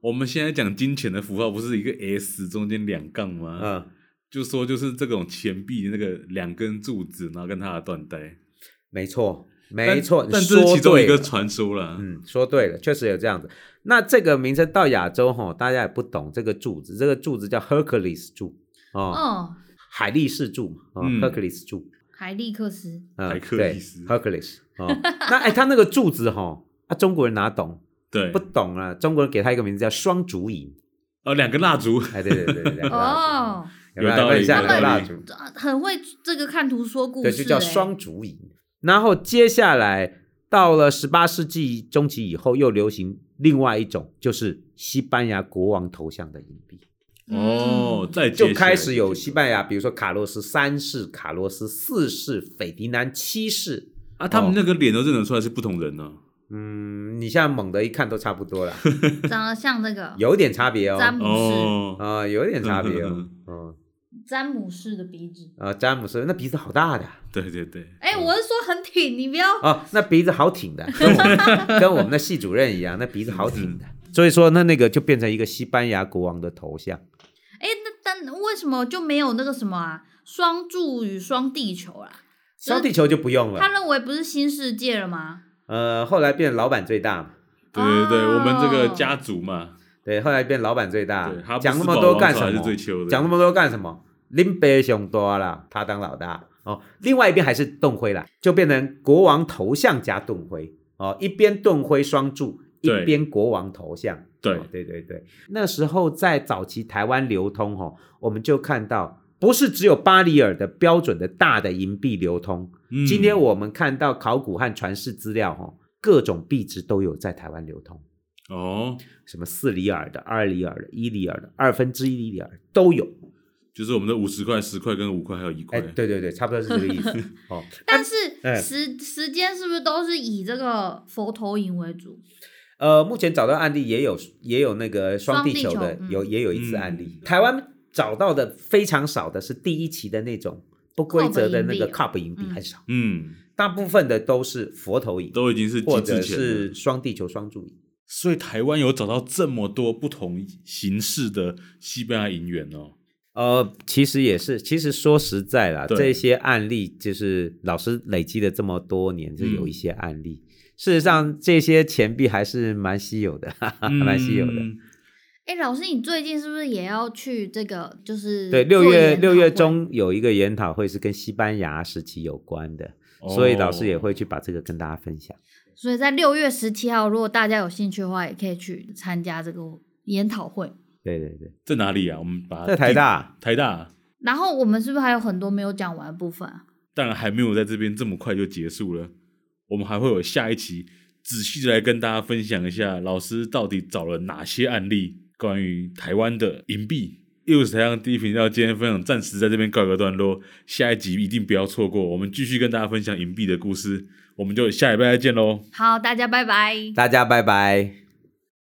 Speaker 1: 我们现在讲金钱的符号不是一个 S 中间两杠吗？
Speaker 3: 嗯，
Speaker 1: 就说就是这种钱币的那个两根柱子，然后跟它的缎带。
Speaker 3: 没错，
Speaker 1: 但
Speaker 3: 没错，你
Speaker 1: 但这
Speaker 3: 说
Speaker 1: 是其中
Speaker 3: 对
Speaker 1: 一个
Speaker 3: 了
Speaker 1: 传说啦。
Speaker 3: 嗯，说对了，确实有这样子。那这个名称到亚洲哈、大家也不懂这个柱子，这个柱子叫 Hercules 柱哦，
Speaker 2: 哦，
Speaker 3: 海力士柱嘛，哦
Speaker 1: 嗯
Speaker 3: Hercules 柱。
Speaker 2: 海利克斯，
Speaker 3: 嗯
Speaker 1: 海克
Speaker 3: 对
Speaker 1: 力斯
Speaker 3: ，Hercules 哦， [LAUGHS] 那哎，他那个柱子哈、啊，中国人哪懂？
Speaker 1: 对
Speaker 3: 不，懂啊，中国人给他一个名字叫双烛影。
Speaker 1: 呃，两根蜡烛，
Speaker 3: 哎，对对对对，两个蜡
Speaker 2: 哦，
Speaker 3: 烛，有没
Speaker 1: 有道理
Speaker 3: 问一下
Speaker 2: 有
Speaker 3: 有
Speaker 2: 道
Speaker 3: 没
Speaker 2: 理
Speaker 3: 有蜡烛？
Speaker 2: 很会这个看图说故事、
Speaker 3: 对，
Speaker 2: 欸，
Speaker 3: 就叫双烛影。然后接下来到了十八世纪中期以后，又流行另外一种，就是西班牙国王头像的银币，
Speaker 1: 哦，
Speaker 2: 嗯
Speaker 1: 再接下
Speaker 3: 就
Speaker 1: 来
Speaker 3: 开始有西班牙，比如说卡洛斯三世、卡洛斯四世、斐迪南七世。
Speaker 1: 啊，他
Speaker 3: 哦
Speaker 1: 们那个脸都认得出来是不同人呢、
Speaker 3: 嗯，你现在猛的一看都差不多了，
Speaker 2: 长得像那个
Speaker 3: 有点差别哦。
Speaker 2: 詹姆士，
Speaker 1: 哦，
Speaker 3: 啊、有点差别哦。嗯，
Speaker 2: 詹姆士的鼻子。
Speaker 3: 啊、詹姆斯那鼻子好大的啊。
Speaker 1: 对对对，
Speaker 2: 哎、我是说很挺，你不要
Speaker 3: [LAUGHS] 哦，那鼻子好挺的，跟我们跟我们的系主任一样，那鼻子好挺的。所以说，那那个就变成一个西班牙国王的头像。
Speaker 2: 哎、那但为什么就没有那个什么啊？双柱与双地球啊啦、
Speaker 3: 双地球就不用
Speaker 2: 他
Speaker 3: 了，
Speaker 2: 认为不是新世界了吗？
Speaker 3: 呃，后来变老板最大嘛，
Speaker 1: 对对对，
Speaker 2: 哦
Speaker 1: 我们这个家族嘛，
Speaker 3: 对，后来变老板最大
Speaker 1: 对，哈，布斯堡
Speaker 3: 啊讲那么多干
Speaker 1: 王
Speaker 3: 什
Speaker 1: 朝还是
Speaker 3: 么
Speaker 1: 最？秋的，
Speaker 3: 讲那么多干什么？林北熊多啦，他当老大哦。另外一边还是盾徽啦，就变成国王头像加盾徽哦，一边盾徽双柱，一
Speaker 1: 对
Speaker 3: 边国王头像。
Speaker 1: 对
Speaker 3: 哦对对对，那时候在早期台湾流通哦，我们就看到不是只有巴里尔的标准的大的银币流通，
Speaker 1: 嗯
Speaker 3: 今天我们看到考古和传世资料哦，各种币值都有在台湾流通，
Speaker 1: 哦，
Speaker 3: 什么四里尔的、二里尔的、一里尔的、二分之一里尔都有。
Speaker 1: 就是我们的五十块、十块跟五块还有一块
Speaker 3: 哎，，对对对，差不多是这个意思。哦，
Speaker 2: 但是
Speaker 3: 哎
Speaker 2: 时、时间是不是都是以这个佛头影为主？
Speaker 3: 呃，目前找到案例也有也有那个双地球
Speaker 2: 双地
Speaker 3: 的
Speaker 2: 球，嗯
Speaker 3: 有也有一次案例。台湾找到的非常少的是第一期的那种不规则的那个 cup 银币
Speaker 2: 嗯
Speaker 3: 很少，
Speaker 1: 嗯，
Speaker 3: 大部分的都是佛头银
Speaker 1: 都已经是
Speaker 3: 或
Speaker 1: 极
Speaker 3: 者
Speaker 1: 致钱了
Speaker 3: 是双地球双柱银。
Speaker 1: 所以台湾有找到这么多不同形式的西班牙银元哦。
Speaker 3: 呃，其实也是，其实说实在啦，
Speaker 1: 对
Speaker 3: 这些案例就是老师累积了这么多年，就有
Speaker 1: 嗯
Speaker 3: 一些案例。事实上，这些钱币还是蛮稀有的，哈哈，蛮稀有的。
Speaker 1: 嗯
Speaker 2: 哎、老师，你最近是不是也要去这个？就是
Speaker 3: 对，
Speaker 2: 做
Speaker 3: 六月
Speaker 2: 研讨
Speaker 3: 六月
Speaker 2: 会，
Speaker 3: 中有一个研讨会是跟西班牙时期有关的，所
Speaker 1: 哦
Speaker 3: 以老师也会去把这个跟大家分享。
Speaker 2: 所以在六月十七号，如果大家有兴趣的话，也可以去参加这个研讨会。
Speaker 3: 对对对，
Speaker 1: 在哪里啊？我们把它
Speaker 3: 在台
Speaker 1: 定
Speaker 3: 大，
Speaker 1: 台大啊
Speaker 2: 然后我们是不是还有很多没有讲完的部分啊？
Speaker 1: 当然还没有在这边这么快就结束了，我们还会有下一期仔细的来跟大家分享一下老师到底找了哪些案例关于台湾的银币。又是台上第一频道，今天分享暂时在这边告一个段落，下一集一定不要错过，我们继续跟大家分享银币的故事，我们就下礼拜再见喽。
Speaker 2: 好，大家拜拜。
Speaker 3: 大家拜拜。